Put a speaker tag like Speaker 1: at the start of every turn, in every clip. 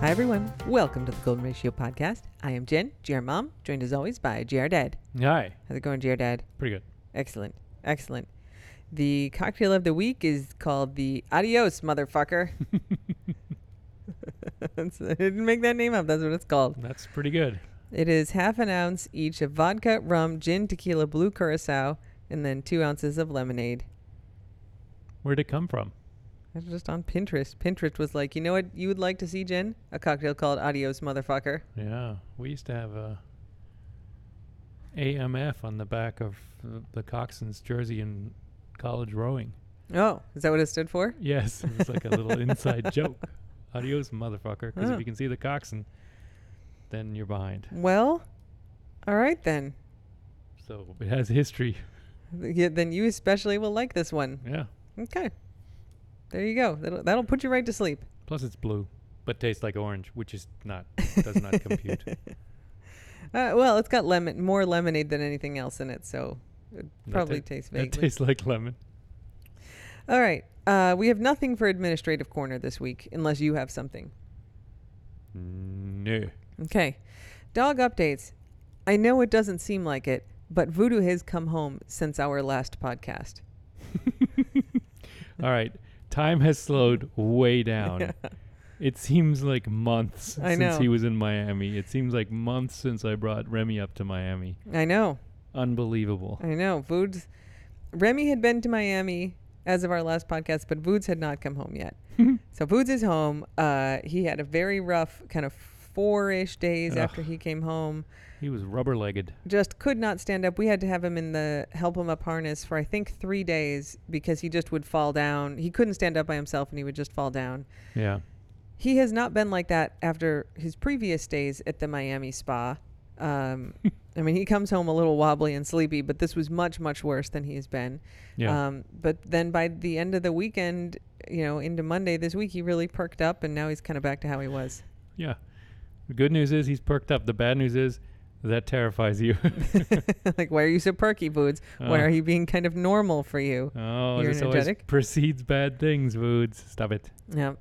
Speaker 1: Hi, everyone. Welcome to the Golden Ratio Podcast. I am Jen, GR Mom, joined as always by GR Dad.
Speaker 2: Hi.
Speaker 1: How's it going, GR Dad?
Speaker 2: Pretty good.
Speaker 1: Excellent. Excellent. The cocktail of the week is called the Adios, motherfucker. That's- I didn't make that name up. That's what it's called.
Speaker 2: That's pretty good.
Speaker 1: It is half an ounce each of vodka, rum, gin, tequila, blue curacao, and then two ounces of lemonade.
Speaker 2: Where'd it come from?
Speaker 1: I was just on Pinterest. Pinterest was like, you know what you would like to see, Jen? A cocktail called Adios, motherfucker.
Speaker 2: Yeah. We used to have a AMF on the back of the- the Coxswain's jersey in college rowing.
Speaker 1: Oh, is that what it stood for?
Speaker 2: Yes, it was like a little inside joke. Adios, motherfucker. Because
Speaker 1: Oh.
Speaker 2: if you can see the Coxswain, then you're behind.
Speaker 1: Well, all right then.
Speaker 2: So it has history.
Speaker 1: Th- yeah, then you especially will like this one.
Speaker 2: Yeah.
Speaker 1: Okay. There you go. That'll, that'll put you right to sleep.
Speaker 2: Plus it's blue, but tastes like orange, which is not does not compute.
Speaker 1: Uh, well, it's got lemon, more lemonade than anything else in it, so it
Speaker 2: That
Speaker 1: probably
Speaker 2: ta-
Speaker 1: tastes
Speaker 2: That
Speaker 1: vaguely.
Speaker 2: tastes like lemon.
Speaker 1: all right. Uh, we have nothing for administrative corner this week, unless you have something.
Speaker 2: No.
Speaker 1: Okay. Dog updates. I know it doesn't seem like it, but Voodoo has come home since our last podcast.
Speaker 2: All right. Time has slowed way down. It seems like months
Speaker 1: I
Speaker 2: since
Speaker 1: know.
Speaker 2: he was in Miami. It seems like months since I brought Remy up to Miami.
Speaker 1: I know.
Speaker 2: Unbelievable.
Speaker 1: I know. Voods. Remy had been to Miami as of our last podcast, but Voods had not come home yet. so Voods is home. Uh, he had a very rough kind of four ish days
Speaker 2: Ugh.
Speaker 1: after he came home.
Speaker 2: He was rubber legged.
Speaker 1: Just could not stand up. We had to have him in the help him up harness for I think three days because he just would fall down. He couldn't stand up by himself and he would just fall down.
Speaker 2: Yeah.
Speaker 1: He has not been like that after his previous stays at the Miami spa. Um, I mean, he comes home a little wobbly and sleepy, but this was much, much worse than he has been.
Speaker 2: Yeah.
Speaker 1: Um, but then by the end of the weekend, you know, into Monday this week, he really perked up, and now he's kind of back to how he was.
Speaker 2: yeah. The good news is he's perked up. The bad news is that terrifies you.
Speaker 1: like, why are you so perky, Boots? Why
Speaker 2: Oh.
Speaker 1: are you being kind of normal for you?
Speaker 2: oh,
Speaker 1: You're
Speaker 2: this always
Speaker 1: energetic?
Speaker 2: precedes bad things, Woods. Stop it.
Speaker 1: Yeah.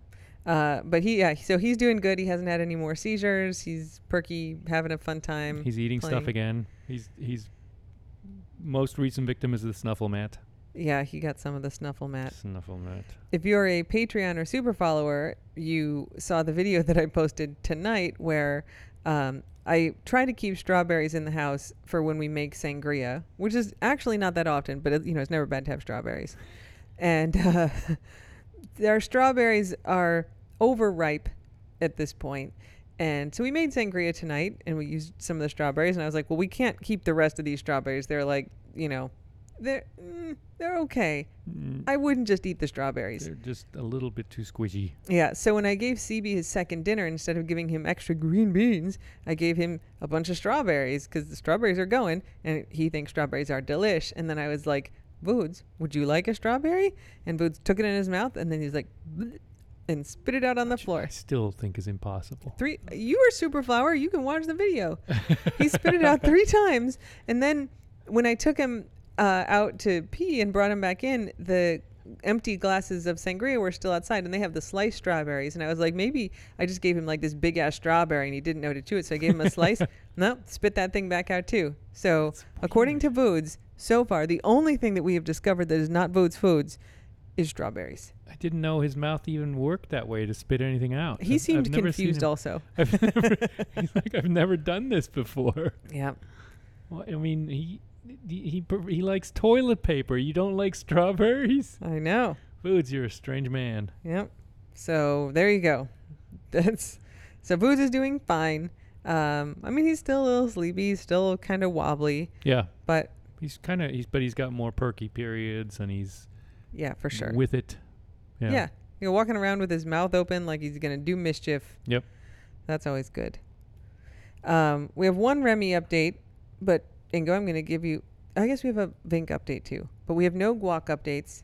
Speaker 1: Uh, but he, yeah, so he's doing good. He hasn't had any more seizures. He's perky, having a fun time.
Speaker 2: He's eating stuff
Speaker 1: playing.
Speaker 2: again. He's he's most recent victim is the snuffle mat.
Speaker 1: yeah, he got some of the snuffle mat.
Speaker 2: Snuffle mat.
Speaker 1: If you're a Patreon or super follower, you saw the video that I posted tonight where um, I try to keep strawberries in the house for when we make sangria, which is actually not that often, but it, you know it's never bad to have strawberries. And uh, our strawberries are overripe at this point. And so we made sangria tonight and we used some of the strawberries. And I was like, well, we can't keep the rest of these strawberries. They're like, you know, they're, mm, they're okay.
Speaker 2: Mm,
Speaker 1: I wouldn't just eat the strawberries.
Speaker 2: They're just a little bit too squishy.
Speaker 1: Yeah, so when I gave CB his second dinner, instead of giving him extra green beans, I gave him a bunch of strawberries because the strawberries are going and he thinks strawberries are delish. And then I was like, Boots, would you like a strawberry? And Boots took it in his mouth and then he's like, "Bleh," and spit it out on the
Speaker 2: I
Speaker 1: floor.
Speaker 2: still think is impossible.
Speaker 1: Three, you are super flower. You can watch the video. he spit it out three times. And then when I took him uh, out to pee and brought him back in, the empty glasses of sangria were still outside and they have the sliced strawberries. And I was like, maybe I just gave him like this big ass strawberry and he didn't know to chew it. So I gave him a slice. No, spit that thing back out too. So according to Voods, so far, the only thing that we have discovered that is not Voods Foods is strawberries.
Speaker 2: I didn't know his mouth even worked that way to spit anything out.
Speaker 1: He
Speaker 2: I've-
Speaker 1: seemed
Speaker 2: I've never seen
Speaker 1: confused
Speaker 2: him-
Speaker 1: also.
Speaker 2: I've never, he's like, I've never done this before.
Speaker 1: Yeah.
Speaker 2: Well, I mean, he, he he pr- he likes toilet paper. You don't like strawberries?
Speaker 1: I know.
Speaker 2: Foods, you're a strange man.
Speaker 1: Yep. So there you go. That's so Boots is doing fine. Um, I mean, he's still a little sleepy, he's still kind of wobbly,
Speaker 2: Yeah,
Speaker 1: but
Speaker 2: he's kind of he's but he's got more perky periods and he's
Speaker 1: yeah, for sure.
Speaker 2: with it.
Speaker 1: yeah. you're walking around with his mouth open like he's gonna do mischief.
Speaker 2: Yep.
Speaker 1: That's always good. Um, we have one Remy update, but Ingo, I'm gonna give you. I guess we have a Vink update too, but we have no Guac updates.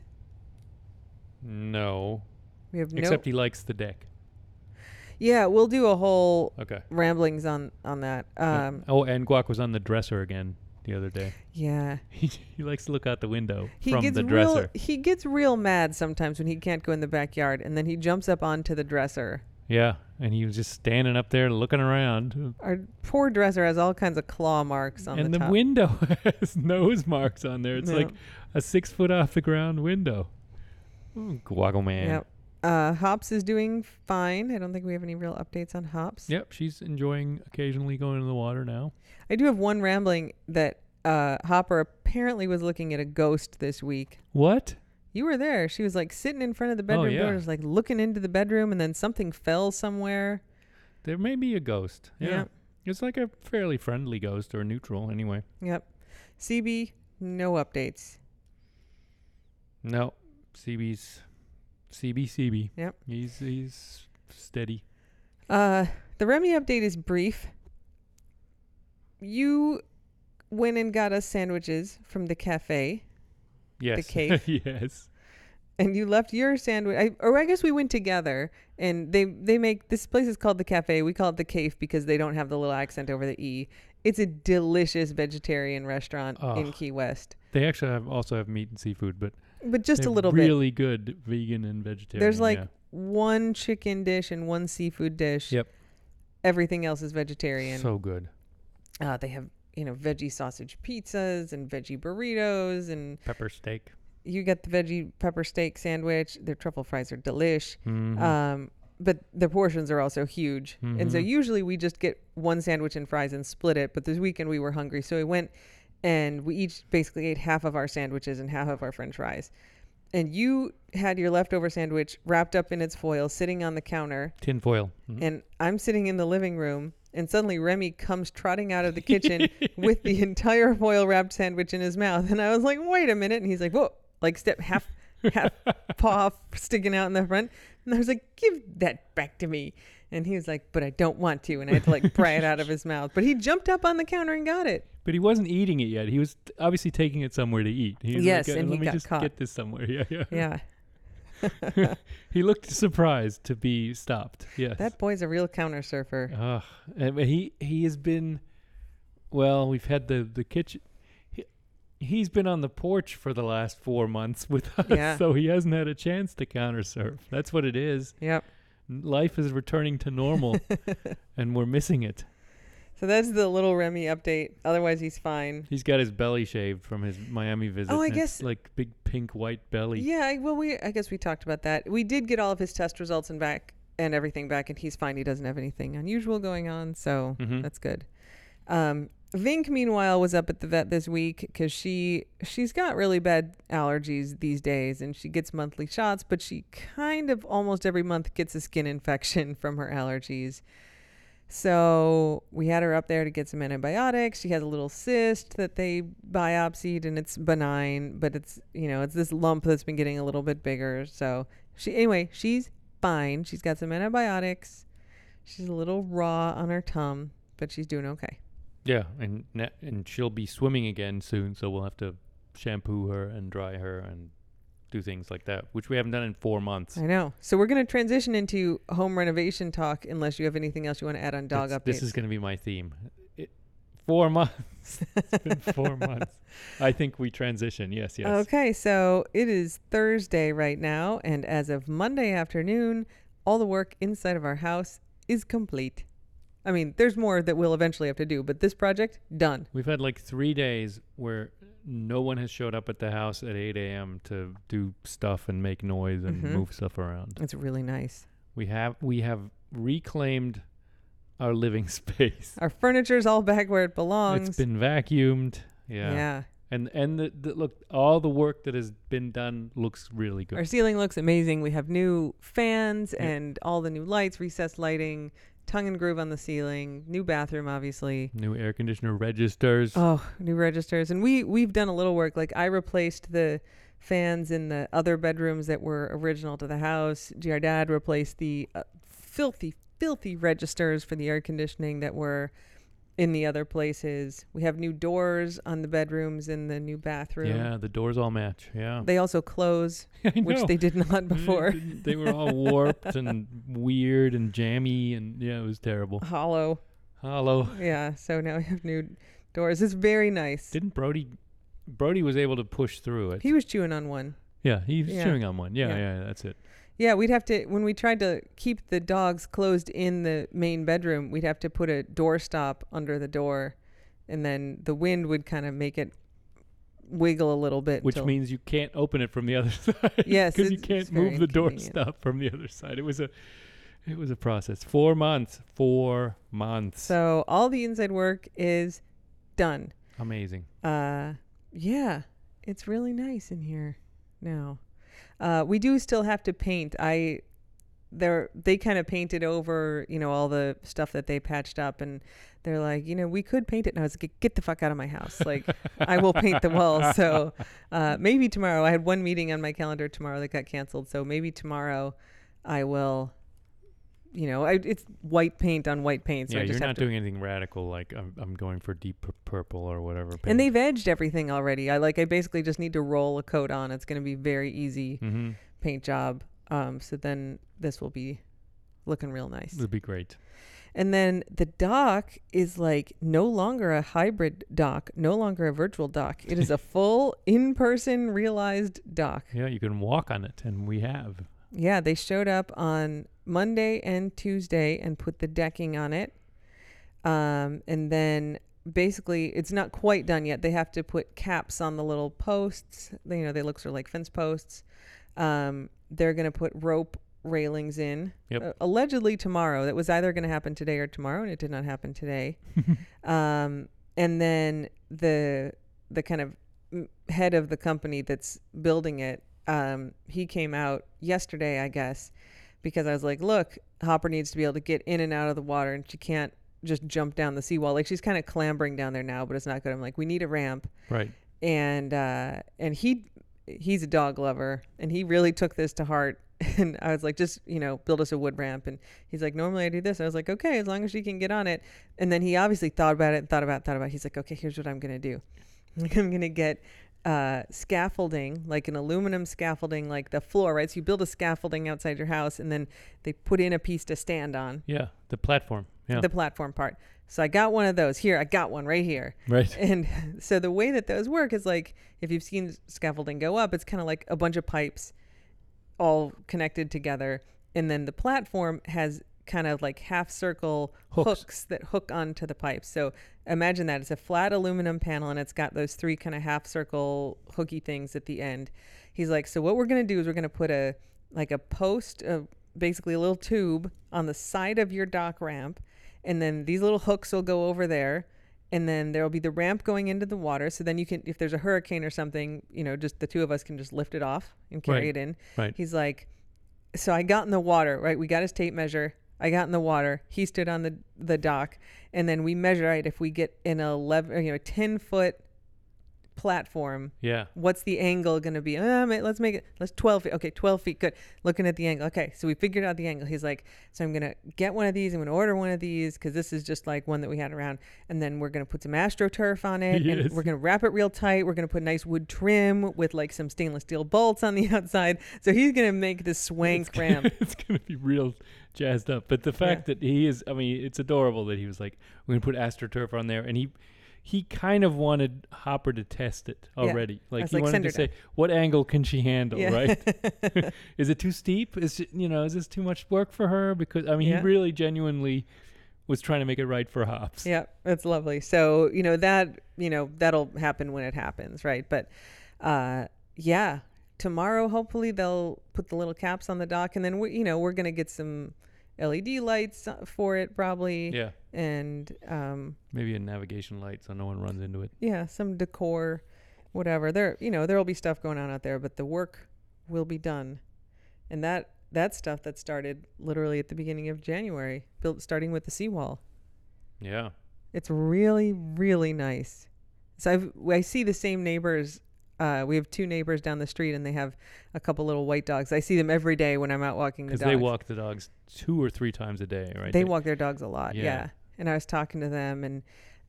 Speaker 2: No.
Speaker 1: We have no.
Speaker 2: Except he likes the deck.
Speaker 1: Yeah, we'll do a whole
Speaker 2: Okay.
Speaker 1: ramblings on on that.
Speaker 2: Yeah.
Speaker 1: Um,
Speaker 2: oh, and Guac was on the dresser again the other day.
Speaker 1: yeah.
Speaker 2: He, he likes to look out the window
Speaker 1: He
Speaker 2: from
Speaker 1: gets
Speaker 2: the
Speaker 1: real
Speaker 2: dresser.
Speaker 1: he gets real mad sometimes when he can't go in the backyard and then he jumps up onto the dresser
Speaker 2: Yeah, and he was just standing up there looking around.
Speaker 1: Our poor dresser has all kinds of claw marks on
Speaker 2: and
Speaker 1: the,
Speaker 2: the,
Speaker 1: top.
Speaker 2: window has nose marks on there. It's
Speaker 1: Yeah.
Speaker 2: like a six foot off the ground window. Ooh, Guago man.
Speaker 1: Yep. Uh, Hops is doing fine. I don't think we have any real updates on Hops.
Speaker 2: Yep, she's enjoying occasionally going in the water now.
Speaker 1: I do have one rambling that uh, Hopper apparently was looking at a ghost this week.
Speaker 2: What?
Speaker 1: You were there. She was like sitting in front of the bedroom
Speaker 2: Oh, yeah.
Speaker 1: door, just like looking into the bedroom, and then something fell somewhere.
Speaker 2: There may be a ghost. Yeah.
Speaker 1: Yeah.
Speaker 2: It's like a fairly friendly ghost or neutral anyway.
Speaker 1: Yep. CB, no updates.
Speaker 2: No. CB's CB CB.
Speaker 1: Yep.
Speaker 2: He's he's steady.
Speaker 1: Uh, the Remy update is brief. You went and got us sandwiches from the cafe,
Speaker 2: Yes.
Speaker 1: cave.
Speaker 2: yes.
Speaker 1: and you left your sandwich. I, or I guess we went together, and they they make this place is called the cafe. We call it the cave because they don't have the little accent over the e. It's a delicious vegetarian restaurant in
Speaker 2: Ugh.
Speaker 1: Key West,
Speaker 2: They actually have also have meat and seafood, but
Speaker 1: but just a
Speaker 2: they're
Speaker 1: little bit.
Speaker 2: really good vegan and vegetarian.
Speaker 1: There's like
Speaker 2: yeah.
Speaker 1: one chicken dish and one seafood dish.
Speaker 2: Yep.
Speaker 1: Everything else is vegetarian.
Speaker 2: so good.
Speaker 1: Uh, they have you know veggie sausage pizzas and veggie burritos, and
Speaker 2: Pepper steak.
Speaker 1: you get the veggie pepper steak sandwich. Their truffle fries are delish,
Speaker 2: Mhm.
Speaker 1: um, but the portions are also huge. And so
Speaker 2: Mhm.
Speaker 1: usually we just get one sandwich and fries and split it. But this weekend we were hungry, so we went and we each basically ate half of our sandwiches and half of our French fries. And you had your leftover sandwich wrapped up in its foil, sitting on the counter,
Speaker 2: Tin foil. Mhm.
Speaker 1: and I'm sitting in the living room, and suddenly Remy comes trotting out of the kitchen with the entire foil wrapped sandwich in his mouth, and I was like, "Wait a minute!" And he's like, "Whoa!" Like step half, half paw sticking out in the front, and I was like, "Give that back to me!" And he was like, "But I don't want to," and I had to like pry it out of his mouth. But he jumped up on the counter and got it.
Speaker 2: But he wasn't eating it yet. He was t- obviously taking it somewhere to eat. He was
Speaker 1: Yes,
Speaker 2: "Uh,
Speaker 1: and
Speaker 2: let
Speaker 1: he
Speaker 2: me
Speaker 1: got
Speaker 2: just
Speaker 1: caught."
Speaker 2: get this somewhere. Yeah, yeah.
Speaker 1: Yeah,
Speaker 2: He looked surprised to be stopped. Yes.
Speaker 1: that boy's a real counter surfer.
Speaker 2: Ugh. And but he he has been well, we've had the the kitchen he, he's been on the porch for the last 4 months with us,
Speaker 1: Yeah.
Speaker 2: so he hasn't had a chance to counter surf. That's what it is.
Speaker 1: Yep.
Speaker 2: N- Life is returning to normal and we're missing it.
Speaker 1: So that's the little Remy update. Otherwise, he's fine.
Speaker 2: He's got his belly shaved from his Miami visit.
Speaker 1: Oh, I
Speaker 2: and it's
Speaker 1: guess-
Speaker 2: like big pink white belly.
Speaker 1: Yeah, I- well, we I guess we talked about that. We did get all of his test results and back and everything back, and he's fine. He doesn't have anything unusual going on, so
Speaker 2: Mhm.
Speaker 1: that's good. Um, Vink, meanwhile, was up at the vet this week because she she's got really bad allergies these days, and she gets monthly shots, but she kind of almost every month gets a skin infection from her allergies. So we had her up there to get some antibiotics. She has a little cyst that they biopsied and it's benign, but it's, you know, it's this lump that's been getting a little bit bigger. So she, anyway, she's fine. She's got some antibiotics. She's a little raw on her tum, but she's doing okay.
Speaker 2: Yeah, and na- and she'll be swimming again soon, so we'll have to shampoo her and dry her and do things like that, which we haven't done in 4 months.
Speaker 1: I know. So we're going to transition into home renovation talk unless you have anything else you want to add on dog
Speaker 2: That's-
Speaker 1: updates.
Speaker 2: This is going to be my theme. It, four months. it's been four months. I think we transition. Yes, yes.
Speaker 1: Okay, so it is Thursday right now, and as of Monday afternoon, all the work inside of our house is complete. I mean, there's more that we'll eventually have to do, but this project, done.
Speaker 2: We've had like three days where no one has showed up at the house at 8 a.m. to do stuff and make noise and
Speaker 1: Mhm.
Speaker 2: move stuff around.
Speaker 1: It's really nice.
Speaker 2: We have we have reclaimed our living space.
Speaker 1: Our furniture's all back where it belongs.
Speaker 2: It's been vacuumed. Yeah.
Speaker 1: yeah.
Speaker 2: And and the, the look all the work that has been done looks really good.
Speaker 1: Our ceiling looks amazing. We have new fans
Speaker 2: Yeah.
Speaker 1: and all the new lights, recessed lighting, tongue and groove on the ceiling, new bathroom, obviously.
Speaker 2: New air conditioner registers.
Speaker 1: Oh, new registers, and we we've done a little work. Like I replaced the fans in the other bedrooms that were original to the house. GR Dad replaced the uh, filthy, filthy registers for the air conditioning that were in the other places. We have new doors on the bedrooms in the new bathroom.
Speaker 2: yeah, the doors all match. Yeah.
Speaker 1: They also close,
Speaker 2: I
Speaker 1: which
Speaker 2: know.
Speaker 1: they did not before.
Speaker 2: Didn't- they were all warped and weird and jammy and yeah, it was terrible.
Speaker 1: Hollow.
Speaker 2: Hollow.
Speaker 1: Yeah. So now we have new doors. It's very nice.
Speaker 2: Didn't Brody Brody was able to push through it.
Speaker 1: he was chewing on one.
Speaker 2: yeah, he's
Speaker 1: Yeah.
Speaker 2: chewing on one. Yeah,
Speaker 1: Yeah.
Speaker 2: yeah, that's it.
Speaker 1: Yeah, we'd have to when we tried to keep the dogs closed in the main bedroom, we'd have to put a doorstop under the door, and then the wind would kind of make it wiggle a little bit.
Speaker 2: Which
Speaker 1: till-
Speaker 2: means you can't open it from the other side.
Speaker 1: Yes,
Speaker 2: because
Speaker 1: it's-
Speaker 2: you
Speaker 1: it's
Speaker 2: can't
Speaker 1: very
Speaker 2: move the
Speaker 1: inconvenient.
Speaker 2: doorstop from the other side. It was a, it was a process. Four months. Four months.
Speaker 1: so all the inside work is done.
Speaker 2: Amazing.
Speaker 1: Uh, yeah, it's really nice in here now. Uh, we do still have to paint. I they're they kind of painted over, you know, all the stuff that they patched up, and they're like, you know, we could paint it. And I was like, get the fuck out of my house! Like, I will paint the walls. So uh, maybe tomorrow. I had one meeting on my calendar tomorrow that got canceled. So maybe tomorrow, I will. You know, I, it's white paint on white paint. So
Speaker 2: yeah,
Speaker 1: I
Speaker 2: you're
Speaker 1: just have
Speaker 2: not
Speaker 1: to
Speaker 2: doing anything radical like I'm, I'm going for deep pur- purple or whatever.
Speaker 1: And they've edged everything already. I like I basically just need to roll a coat on. It's going to be very easy
Speaker 2: Mm-hmm.
Speaker 1: paint job. Um so then this will be looking real nice.
Speaker 2: It would be great.
Speaker 1: And then the dock is like no longer a hybrid dock, no longer a virtual dock. It is a full in-person realized dock.
Speaker 2: Yeah, you can walk on it, and we have.
Speaker 1: Yeah, they showed up on Monday and Tuesday and put the decking on it. Um, and then basically, it's not quite done yet. They have to put caps on the little posts. They, you know, they look sort of like fence posts. Um, they're going to put rope railings in
Speaker 2: Yep.
Speaker 1: uh, allegedly tomorrow. That was either going to happen today or tomorrow, and it did not happen today. um, and then the the kind of m- head of the company that's building it, um, he came out yesterday, I guess, because I was like, look, Hopper needs to be able to get in and out of the water, and she can't just jump down the seawall. Like she's kind of clambering down there now, but it's not good. I'm like, we need a ramp
Speaker 2: Right.
Speaker 1: and uh, and he he's a dog lover and he really took this to heart and I was like just you know build us a wood ramp and he's like normally I do this I was like okay as long as she can get on it and then he obviously thought about it and thought about it, thought about it. he's like okay here's what I'm gonna do I'm gonna get uh, scaffolding like an aluminum scaffolding like the floor right so you build a scaffolding outside your house and then they put in a piece to stand on
Speaker 2: Yeah, the platform. Yeah.
Speaker 1: the platform part so I got one of those here I got one right here
Speaker 2: right.
Speaker 1: and so the way that those work is like if you've seen scaffolding go up, it's kind of like a bunch of pipes all connected together. And then the platform has kind of like half circle
Speaker 2: Hooks.
Speaker 1: hooks, that hook onto the pipes. So imagine that it's a flat aluminum panel and it's got those three kind of half circle hooky things at the end. He's like, so what we're going to do is we're going to put a like a post, uh, basically a little tube on the side of your dock ramp, and then these little hooks will go over there, and then there will be the ramp going into the water. So then you can, if there's a hurricane or something, you know, just the two of us can just lift it off and carry
Speaker 2: Right.
Speaker 1: it in.
Speaker 2: Right.
Speaker 1: He's like, so I got in the water, right? We got his tape measure. I got in the water. He stood on the the dock, and then we measure it. If we get in a eleven, you know, ten foot platform,
Speaker 2: Yeah.
Speaker 1: what's the angle going to be? Um, it- let's make it. Let's twelve feet. Okay, twelve feet. Good. Looking at the angle. Okay, so we figured out the angle. He's like, so I'm gonna get one of these. I'm gonna order one of these because this is just like one that we had around. And then we're gonna put some astroturf on it.
Speaker 2: Yes.
Speaker 1: And we're gonna wrap it real tight. We're gonna put nice wood trim with like some stainless steel bolts on the outside. So he's gonna make this
Speaker 2: It's
Speaker 1: swank
Speaker 2: gonna-
Speaker 1: ramp.
Speaker 2: it's gonna be real jazzed up. But the fact that he is, I mean, it's adorable that he was like, "We're gonna put astroturf on there," and he. He kind of wanted Hopper to test it
Speaker 1: Yeah.
Speaker 2: already. Like
Speaker 1: was
Speaker 2: he
Speaker 1: like,
Speaker 2: wanted
Speaker 1: "Send
Speaker 2: to
Speaker 1: her
Speaker 2: say, "What angle can she handle?"
Speaker 1: Yeah.
Speaker 2: Right? is it too steep? Is it, you know, is this too much work for her? Because I mean,
Speaker 1: Yeah.
Speaker 2: he really genuinely was trying to make it right for Hops.
Speaker 1: Yeah, that's lovely. So you know that you know that'll happen when it happens, right? But uh, yeah, tomorrow hopefully they'll put the little caps on the dock, and then we, you know we're gonna get some LED lights uh, for it probably,
Speaker 2: Yeah.
Speaker 1: and um,
Speaker 2: Maybe a navigation light so no one runs into it.
Speaker 1: yeah, some decor, whatever. There, you know, there'll be stuff going on out there, but the work will be done, and that that stuff that started literally at the beginning of January, built starting with the seawall.
Speaker 2: Yeah.
Speaker 1: It's really, really nice. So I've, I see the same neighbors. Uh, we have two neighbors down the street, and they have a couple little white dogs. I see them every day when I'm out walking the
Speaker 2: Because
Speaker 1: dogs.
Speaker 2: they walk the dogs two or three times a day, right?
Speaker 1: They walk their dogs a lot.
Speaker 2: Yeah.
Speaker 1: Yeah. And I was talking to them, and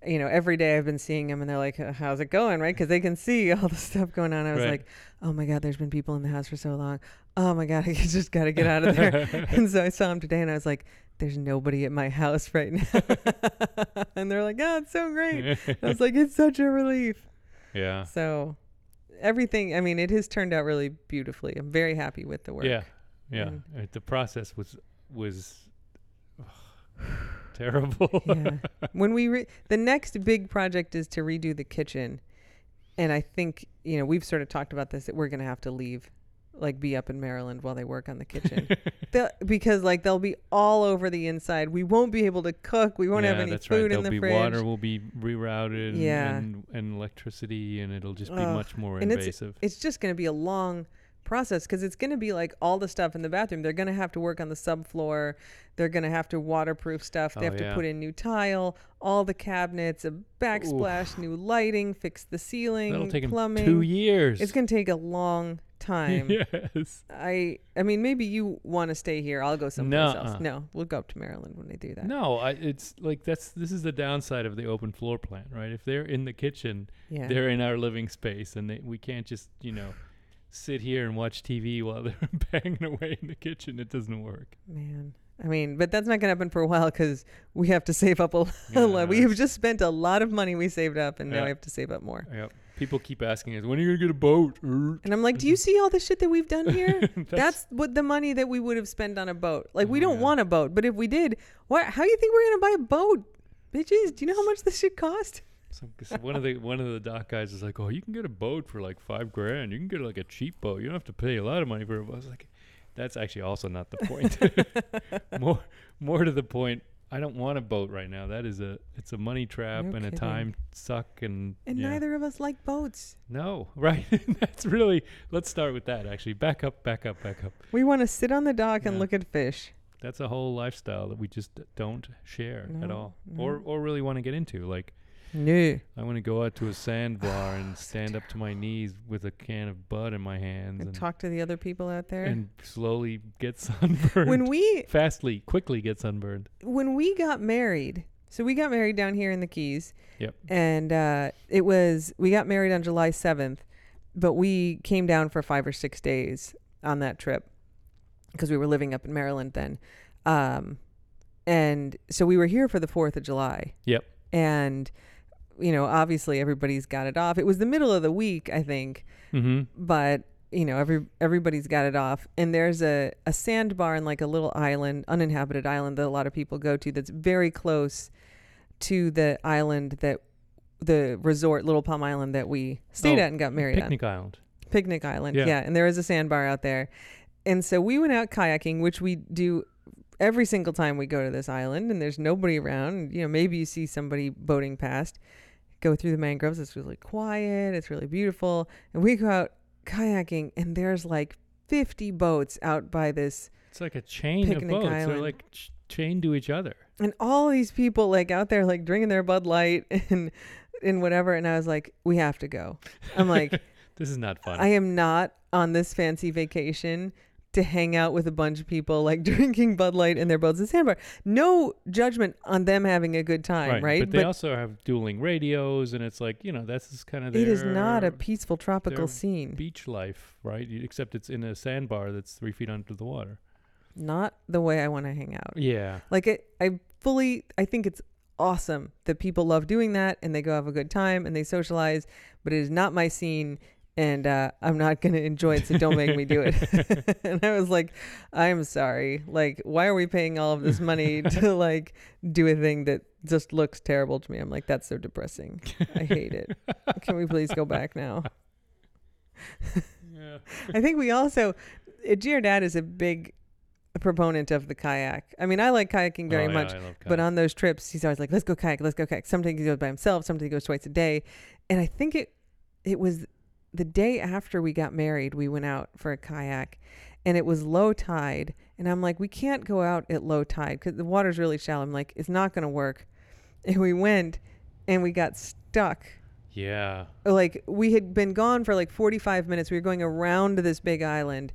Speaker 1: you know, every day I've been seeing them, and they're like, "Uh, "How's it going?" Right? Because they can see all the stuff going on. I was
Speaker 2: Right.
Speaker 1: like, "Oh my God, there's been people in the house for so long. Oh my God, I just got to get out of there." and so I saw them today, and I was like, "There's nobody at my house right now," and they're like, "Oh, it's so great." I was like, it's such a relief.
Speaker 2: yeah.
Speaker 1: So everything, I mean, it has turned out really beautifully. I'm very happy with the work.
Speaker 2: Yeah. Yeah,
Speaker 1: Mm.
Speaker 2: uh, the process was was terrible.
Speaker 1: yeah. When we re- the next big project is to redo the kitchen, and I think you know we've sort of talked about this that we're gonna have to leave, like be up in Maryland while they work on the kitchen, They'll- because like they'll be all over the inside. We won't be able to cook. We won't
Speaker 2: yeah,
Speaker 1: have any
Speaker 2: that's right.
Speaker 1: food
Speaker 2: There'll
Speaker 1: in the
Speaker 2: be
Speaker 1: fridge.
Speaker 2: water will be rerouted. and-
Speaker 1: Yeah.
Speaker 2: And, and electricity, and it'll just be
Speaker 1: Ugh.
Speaker 2: much more
Speaker 1: And it's-
Speaker 2: invasive.
Speaker 1: It's just gonna be a long process because it's gonna be like all the stuff in the bathroom. They're gonna have to work on the subfloor. They're gonna have to waterproof stuff. They
Speaker 2: Oh,
Speaker 1: have to
Speaker 2: yeah.
Speaker 1: put in new tile, all the cabinets, a backsplash, new lighting, fix the ceiling,
Speaker 2: That'll take 'em
Speaker 1: plumbing.
Speaker 2: two years.
Speaker 1: It's going to take a long time.
Speaker 2: yes.
Speaker 1: I I mean, maybe you want to stay here. I'll go someplace
Speaker 2: Nuh-uh.
Speaker 1: else. No, we'll go up to Maryland when they do that.
Speaker 2: No, I, it's like that's this is the downside of the open floor plan, right? If they're in the kitchen,
Speaker 1: yeah.
Speaker 2: they're in our living space, and they, we can't just you know sit here and watch TV while they're banging away in the kitchen. It doesn't work.
Speaker 1: Man. I mean, but that's not going to happen for a while because we have to save up a lot.
Speaker 2: Yeah, no,
Speaker 1: we have
Speaker 2: it's-
Speaker 1: just spent a lot of money we saved up, and now
Speaker 2: Yeah.
Speaker 1: we have to save up more.
Speaker 2: Yep. People keep asking us, when are you gonna get a boat? Er.
Speaker 1: And I'm like, do you see all the shit that we've done here? that's,
Speaker 2: That's-
Speaker 1: what the money that we would have spent on a boat. Like, we
Speaker 2: Oh,
Speaker 1: don't
Speaker 2: yeah.
Speaker 1: want a boat, but if we did, what? How do you think we're going to buy a boat, bitches? Do you know how much this shit cost?
Speaker 2: So, so one of the one of the dock guys is like, oh, you can get a boat for like five grand. You can get like a cheap boat. You don't have to pay a lot of money for a boat. I was like, that's actually also not the point. more more to the point, I don't want a boat right now. That is a it's a money trap
Speaker 1: No
Speaker 2: and a
Speaker 1: kidding.
Speaker 2: time suck and
Speaker 1: And
Speaker 2: yeah.
Speaker 1: neither of us like boats.
Speaker 2: no right. that's really let's start with that actually. Back up, back up, back up.
Speaker 1: We want to sit on the dock and
Speaker 2: Yeah.
Speaker 1: look at fish.
Speaker 2: that's a whole lifestyle that we just don't share at
Speaker 1: No,
Speaker 2: all
Speaker 1: no.
Speaker 2: or or really want to get into like
Speaker 1: No.
Speaker 2: i want to go out to a sandbar and stand up to my knees with a can of bud in my hands
Speaker 1: And
Speaker 2: and,
Speaker 1: talk to the other people out there.
Speaker 2: and slowly get sunburned
Speaker 1: When we
Speaker 2: fastly quickly get sunburned
Speaker 1: when we got married, so we got married down here in the Keys.
Speaker 2: Yep.
Speaker 1: And uh, it was we got married on July seventh, but we came down for five or six days on that trip because we were living up in Maryland then. Um, and so we were here for the Fourth of July.
Speaker 2: Yep.
Speaker 1: And you know, obviously everybody's got it off. It was the middle of the week, I think.
Speaker 2: mm-hmm
Speaker 1: but you know every everybody's got it off and there's a, a sandbar and like a little island uninhabited island that a lot of people go to that's very close to the island that the resort little palm island that we stayed
Speaker 2: Oh,
Speaker 1: at and got married
Speaker 2: picnic island
Speaker 1: on picnic island
Speaker 2: Yeah.
Speaker 1: yeah and there is a sandbar out there and so we went out kayaking which we do every single time we go to this island and there's nobody around you know maybe you see somebody boating past go through the mangroves it's really quiet it's really beautiful and we go out kayaking and there's like 50 boats out by this
Speaker 2: it's like a chain of
Speaker 1: Picnic
Speaker 2: boats they're
Speaker 1: island.
Speaker 2: like ch- chained to each other
Speaker 1: and all these people like out there like drinking their bud light and and whatever and i was like we have to go i'm like
Speaker 2: this is not fun
Speaker 1: i am not on this fancy vacation to hang out with a bunch of people like drinking bud light in their boats and sandbar no judgment on them having a good time right,
Speaker 2: but they also have dueling radios and it's like you know that's just kind of
Speaker 1: it is not a
Speaker 2: their-
Speaker 1: peaceful tropical
Speaker 2: they're
Speaker 1: scene
Speaker 2: beach life, right? You- Except it's in a sandbar that's three feet under the water.
Speaker 1: not the way i want to hang out
Speaker 2: Yeah.
Speaker 1: Like it, I fully, I think it's awesome that people love doing that and they go have a good time and they socialize, but it is not my scene and uh, I'm not going to enjoy it. So don't make me do it. and I was like, I'm sorry. Like, why are we paying all of this money to like do a thing that just looks terrible to me? I'm like, that's so depressing. I hate it. Can we please go back now?
Speaker 2: Yeah.
Speaker 1: I think we also, uh, Giordad is a big proponent of the kayak. I mean, I like kayaking very
Speaker 2: Oh, yeah,
Speaker 1: much.
Speaker 2: I love
Speaker 1: But
Speaker 2: kayak.
Speaker 1: on those trips, he's always like, "Let's go kayak, let's go kayak." Sometimes he goes by himself. Sometimes he goes twice a day, and I think it it was the day after we got married. We went out for a kayak, and it was low tide, and I'm like, "We can't go out at low tide because the water's really shallow." I'm like, "It's not gonna work," and we went, and we got stuck.
Speaker 2: yeah.
Speaker 1: Like we had been gone for like 45 minutes. We were going around this big island,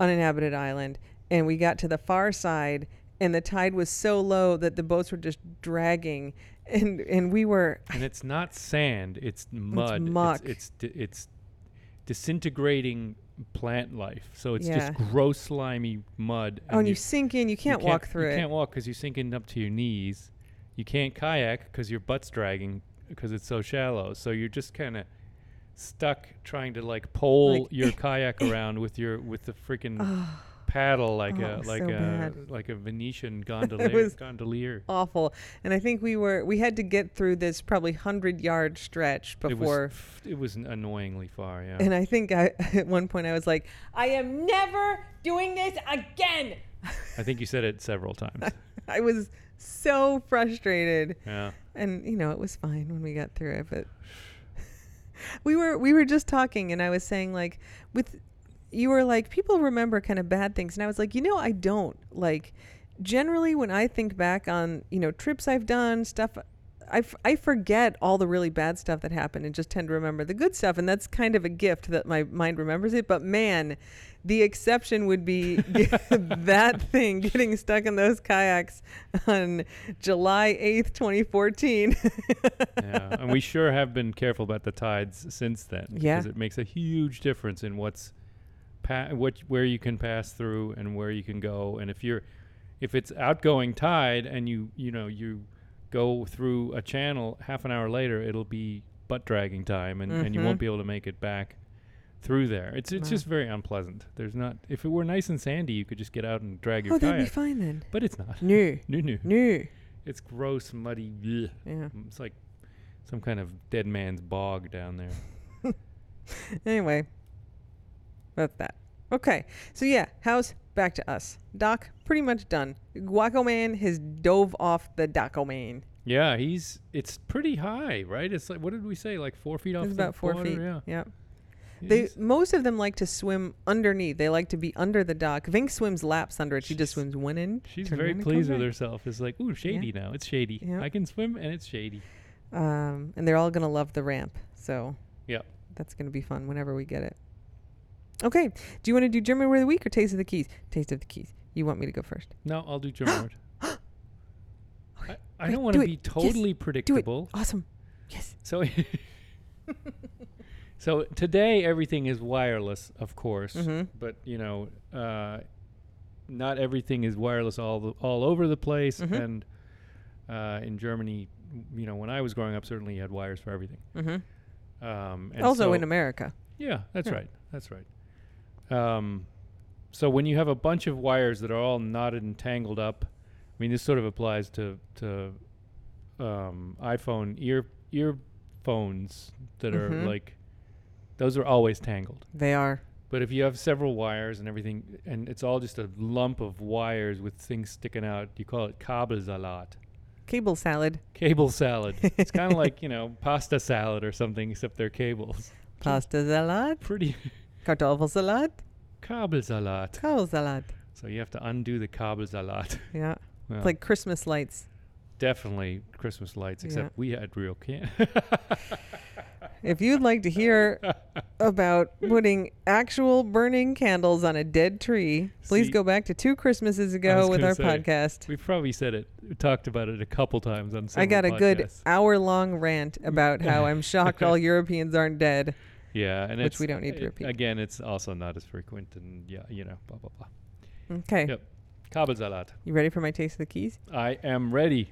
Speaker 1: uninhabited island, and we got to the far side and the tide was so low that the boats were just dragging and and we were oh,
Speaker 2: And it's not sand, it's mud.
Speaker 1: muck.
Speaker 2: It's it's, di- it's disintegrating plant life. So it's
Speaker 1: Yeah.
Speaker 2: just gross slimy mud.
Speaker 1: oh and you sink in, you can't walk through
Speaker 2: you
Speaker 1: it.
Speaker 2: can't walk cuz you're sinking up to your knees. You can't kayak cuz your butt's dragging because it's so shallow. So you're just kind of stuck trying to like pole
Speaker 1: Like,
Speaker 2: your kayak around with your with the freaking
Speaker 1: Ugh.
Speaker 2: paddle like
Speaker 1: Oh, it
Speaker 2: a
Speaker 1: was
Speaker 2: like
Speaker 1: so
Speaker 2: a
Speaker 1: bad.
Speaker 2: like a Venetian gondolier.
Speaker 1: was-
Speaker 2: gondolier.
Speaker 1: awful. And I think we were we had to get through this probably hundred yard stretch before.
Speaker 2: it was it was annoyingly far. Yeah.
Speaker 1: And I think I at one point I was like, I am never doing this again.
Speaker 2: I think you said it several times.
Speaker 1: I was so frustrated.
Speaker 2: yeah.
Speaker 1: and you know it was fine when we got through it but we were we were just talking and i was saying like with you were like people remember kind of bad things and i was like you know i don't like generally when i think back on you know trips i've done stuff I, f- I forget all the really bad stuff that happened and just tend to remember the good stuff and that's kind of a gift that my mind remembers it but man the exception would be that thing getting stuck in those kayaks on July 8th 2014
Speaker 2: Yeah. and we sure have been careful about the tides since then.
Speaker 1: Yeah.
Speaker 2: Because it makes a huge difference in what's pa- what where you can pass through and where you can go. And if you're if it's outgoing tide and you you know you go through a channel half an hour later, it'll be butt dragging time and, and you
Speaker 1: Mhm.
Speaker 2: won't be able to make it back through there. It's it's
Speaker 1: Wow.
Speaker 2: just very unpleasant. There's not if it were nice and sandy you could just get out and drag your
Speaker 1: oh that'd be
Speaker 2: kayak.
Speaker 1: fine then
Speaker 2: But it's not.
Speaker 1: no
Speaker 2: No no.
Speaker 1: no
Speaker 2: It's gross, muddy. bleh.
Speaker 1: yeah
Speaker 2: It's like some kind of dead man's bog down there.
Speaker 1: anyway that's that okay so yeah house back to us doc pretty much done guaco man has dove off the doco man
Speaker 2: Yeah, he's it's pretty high, right? It's like what did we say? Like four feet off.
Speaker 1: it's
Speaker 2: the
Speaker 1: about four
Speaker 2: water?
Speaker 1: feet
Speaker 2: Yeah.
Speaker 1: yep They
Speaker 2: He's-
Speaker 1: most of them like to swim underneath. They like to be under the dock. Vink swims laps under it. She just
Speaker 2: She's-
Speaker 1: swims one in.
Speaker 2: she's
Speaker 1: turn
Speaker 2: very
Speaker 1: around and
Speaker 2: pleased
Speaker 1: come
Speaker 2: with herself. It's like, ooh, shady now. It's shady.
Speaker 1: Yeah.
Speaker 2: I can swim and it's shady.
Speaker 1: back. Um, and they're all gonna love the ramp. So
Speaker 2: Yeah.
Speaker 1: that's gonna be fun whenever we get it. Okay. Do you want to do German word of the week or taste of the keys? Taste of the keys. You want me to go first?
Speaker 2: No, I'll do German word. I, I
Speaker 1: Great,
Speaker 2: don't want
Speaker 1: do
Speaker 2: to
Speaker 1: it.
Speaker 2: be
Speaker 1: Yes,
Speaker 2: totally predictable.
Speaker 1: Awesome. Yes.
Speaker 2: So So today everything is wireless, of course,
Speaker 1: Mhm.
Speaker 2: but you know, uh, not everything is wireless all the, all over the place.
Speaker 1: Mhm.
Speaker 2: And uh, in Germany, w- you know, when I was growing up, certainly you had wires for everything.
Speaker 1: Mm-hmm.
Speaker 2: Um, and
Speaker 1: Also
Speaker 2: so-
Speaker 1: in America.
Speaker 2: yeah, that's
Speaker 1: Yeah.
Speaker 2: right, that's right. Um, so when you have a bunch of wires that are all knotted and tangled up, I mean, this sort of applies to to um, iPhone ear earphones that
Speaker 1: Mhm.
Speaker 2: are like those are always tangled.
Speaker 1: They are.
Speaker 2: But if you have several wires and everything, and it's all just a lump of wires with things sticking out, you call it kabelsalat,
Speaker 1: Cable salad.
Speaker 2: cable salad. it's kind of like you know pasta salad or something, except they're cables.
Speaker 1: Pasta salad.
Speaker 2: Pretty
Speaker 1: Kartoffelsalat.
Speaker 2: kabelsalat.
Speaker 1: Kabel salad.
Speaker 2: So you have to undo the kabelsalat.
Speaker 1: Yeah.
Speaker 2: Well,
Speaker 1: It's like Christmas lights.
Speaker 2: definitely Christmas lights,
Speaker 1: Yeah.
Speaker 2: except we had real can.
Speaker 1: If you'd like to hear about putting actual burning candles on a dead tree, please
Speaker 2: See-
Speaker 1: go back to two Christmases
Speaker 2: was
Speaker 1: ago with
Speaker 2: gonna
Speaker 1: our
Speaker 2: say,
Speaker 1: podcast.
Speaker 2: We've probably said it, talked about it a couple times on.
Speaker 1: I
Speaker 2: several
Speaker 1: got a good
Speaker 2: podcasts. Mm.
Speaker 1: hour long rant about how I'm shocked all Europeans aren't dead.
Speaker 2: Yeah, and
Speaker 1: which
Speaker 2: it's-
Speaker 1: we don't need to
Speaker 2: it-
Speaker 1: repeat.
Speaker 2: Again, it's also not as frequent, and yeah, you know, blah blah blah.
Speaker 1: Okay.
Speaker 2: Yep. Kabelsalat.
Speaker 1: You ready for my taste of the keys?
Speaker 2: I am ready.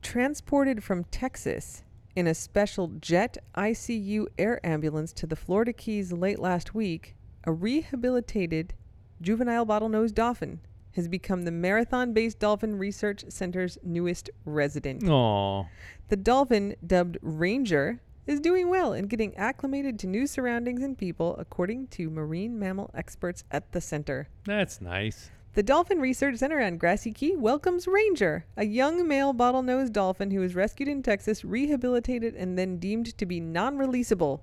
Speaker 1: Transported from Texas in a special jet ICU air ambulance to the Florida Keys late last week, a rehabilitated juvenile bottlenose dolphin has become the Marathon based Dolphin Research Center's newest resident.
Speaker 2: Aw.
Speaker 1: The dolphin, dubbed Ranger, is doing well and getting acclimated to new surroundings and people, according to marine mammal experts at the center.
Speaker 2: That's nice.
Speaker 1: The Dolphin Research Center on Grassy Key welcomes Ranger, a young male bottlenose dolphin who was rescued in Texas, rehabilitated, and then deemed to be non releasable.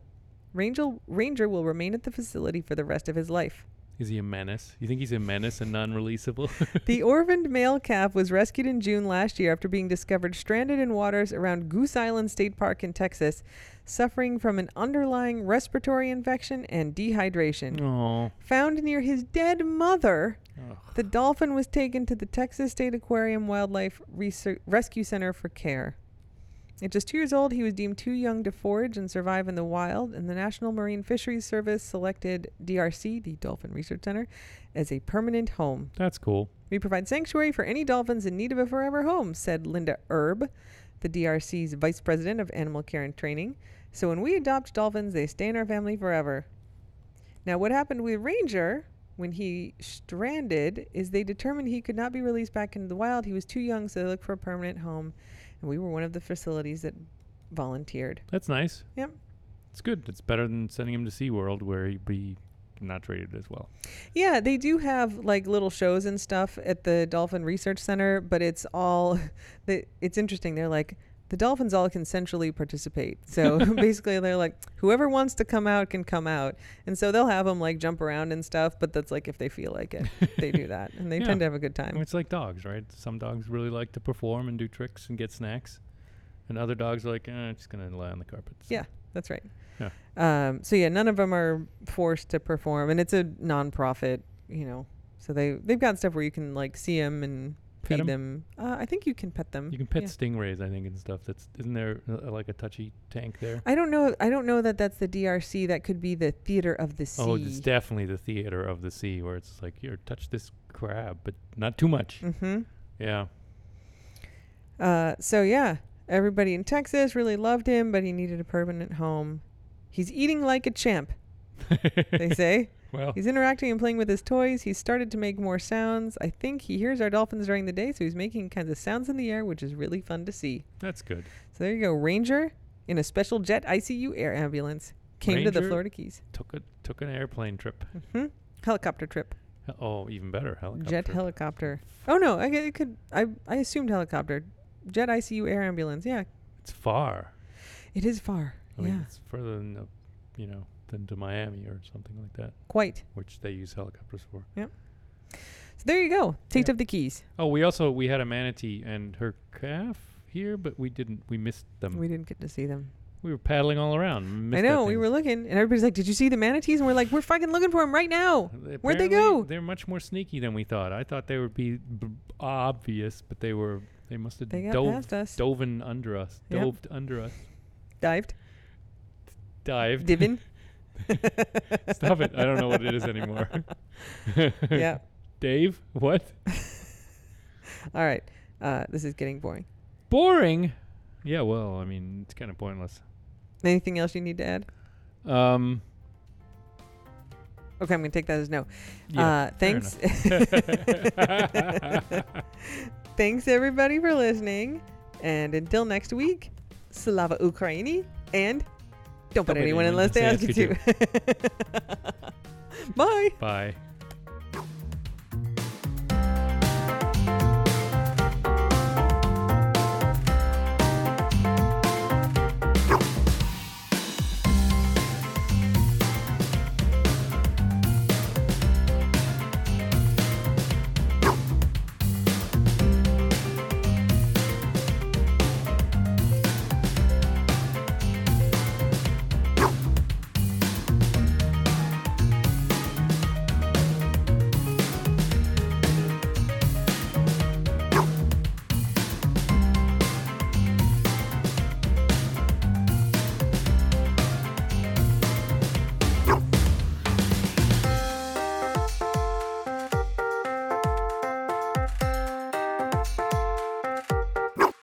Speaker 1: Ranger, Ranger will remain at the facility for the rest of his life.
Speaker 2: Is he a menace? You think he's a menace and non releasable?
Speaker 1: The orphaned male calf was rescued in June last year after being discovered stranded in waters around Goose Island State Park in Texas, suffering from an underlying respiratory infection and dehydration.
Speaker 2: Aw.
Speaker 1: Found near his dead mother,
Speaker 2: Mm. Ugh.
Speaker 1: the dolphin was taken to the Texas State Aquarium Wildlife Research Rescue Center for care. At just two years old, he was deemed too young to forage and survive in the wild, and the National Marine Fisheries Service selected DRC, the Dolphin Research Center, as a permanent home.
Speaker 2: That's cool.
Speaker 1: We provide sanctuary for any dolphins in need of a forever home, said Linda Erb, the DRC's vice president of animal care and training. So when we adopt dolphins, they stay in our family forever. Now, what happened with Ranger when he stranded is they determined he could not be released back into the wild. He was too young, so they looked for a permanent home, and we were one of the facilities that volunteered.
Speaker 2: That's nice.
Speaker 1: Yep.
Speaker 2: It's good. It's better than sending him to SeaWorld where he'd be not treated as well.
Speaker 1: Yeah, they do have like little shows and stuff at the Dolphin Research Center, but it's all the it's interesting. They're like the dolphins all consensually participate. So basically they're like whoever wants to come out can come out. And so they'll have them like jump around and stuff, but that's like if they feel like it. they do that and they
Speaker 2: Yeah.
Speaker 1: tend to have a good
Speaker 2: I mean,
Speaker 1: time.
Speaker 2: it's like dogs, right? Some dogs really like to perform and do tricks and get snacks. And other dogs are like, eh, I'm just going to lie on the carpet. So-
Speaker 1: Yeah. That's right.
Speaker 2: Yeah.
Speaker 1: Um, so yeah, none of them are forced to perform and it's a nonprofit, you know. So they they've got stuff where you can like see them and
Speaker 2: Pet
Speaker 1: feed
Speaker 2: 'em?
Speaker 1: them. Uh, I think you can pet them.
Speaker 2: You can pet
Speaker 1: Yeah.
Speaker 2: stingrays, I think, and stuff. That's Isn't there uh, like a touchy tank there?
Speaker 1: I don't know. I don't know that that's the DRC. That could be the theater of the sea.
Speaker 2: Oh, it's definitely the theater of the sea where it's like, here, touch this crab, but not too much.
Speaker 1: mm-hmm.
Speaker 2: Yeah.
Speaker 1: Uh, so yeah, everybody in Texas really loved him, but he needed a permanent home. He's eating like a champ, they say.
Speaker 2: well,
Speaker 1: he's interacting and playing with his toys. He's started to make more sounds. I think he hears our dolphins during the day, so he's making kinds of sounds in the air, which is really fun to see.
Speaker 2: that's good.
Speaker 1: So there you go, Ranger in a special jet ICU air ambulance came to the
Speaker 2: Ranger?
Speaker 1: Florida Keys.
Speaker 2: Took a took an airplane trip.
Speaker 1: hmm Helicopter trip.
Speaker 2: Hel- Oh, even better, helicopter.
Speaker 1: Jet helicopter. Oh no, I gue- it could. I I assumed helicopter. Jet ICU air ambulance. Yeah,
Speaker 2: It's far.
Speaker 1: it is far.
Speaker 2: I
Speaker 1: yeah,
Speaker 2: mean, it's further than, uh, you know, than to Miami or something like that,
Speaker 1: quite.
Speaker 2: which they use helicopters for.
Speaker 1: So there you go. Taste
Speaker 2: Yeah.
Speaker 1: of the keys.
Speaker 2: Oh, we also we had a manatee and her calf here, but we didn't. We missed them.
Speaker 1: We
Speaker 2: We,
Speaker 1: didn't get to see them.
Speaker 2: were paddling all around.
Speaker 1: I
Speaker 2: and Um, missed that
Speaker 1: know we
Speaker 2: thing.
Speaker 1: were looking, and everybody's like, "Did you see the manatees?" And we're like, "We're fucking looking for them right now."
Speaker 2: Uh,
Speaker 1: Where'd they
Speaker 2: apparently
Speaker 1: go?
Speaker 2: They're much more sneaky than we thought. I thought they would be b- obvious, but they were. They must have
Speaker 1: They got
Speaker 2: dove,
Speaker 1: past us.
Speaker 2: dove in under us.
Speaker 1: Yep.
Speaker 2: Doved under us.
Speaker 1: Dived.
Speaker 2: Dived.
Speaker 1: Divin.
Speaker 2: Stop it. I don't know what it is anymore.
Speaker 1: yeah.
Speaker 2: Dave, what?
Speaker 1: All right. Uh, this is getting boring.
Speaker 2: Boring. Yeah, well, I mean, it's kind of pointless.
Speaker 1: Anything else you need to add?
Speaker 2: Um,
Speaker 1: Okay, I'm gonna take that as no.
Speaker 2: yeah.
Speaker 1: uh, thanks.
Speaker 2: Uh.
Speaker 1: Thanks everybody for listening. And until next week, Slava Ukraini and don't put anyone unless they ask you to. Bye.
Speaker 2: Bye.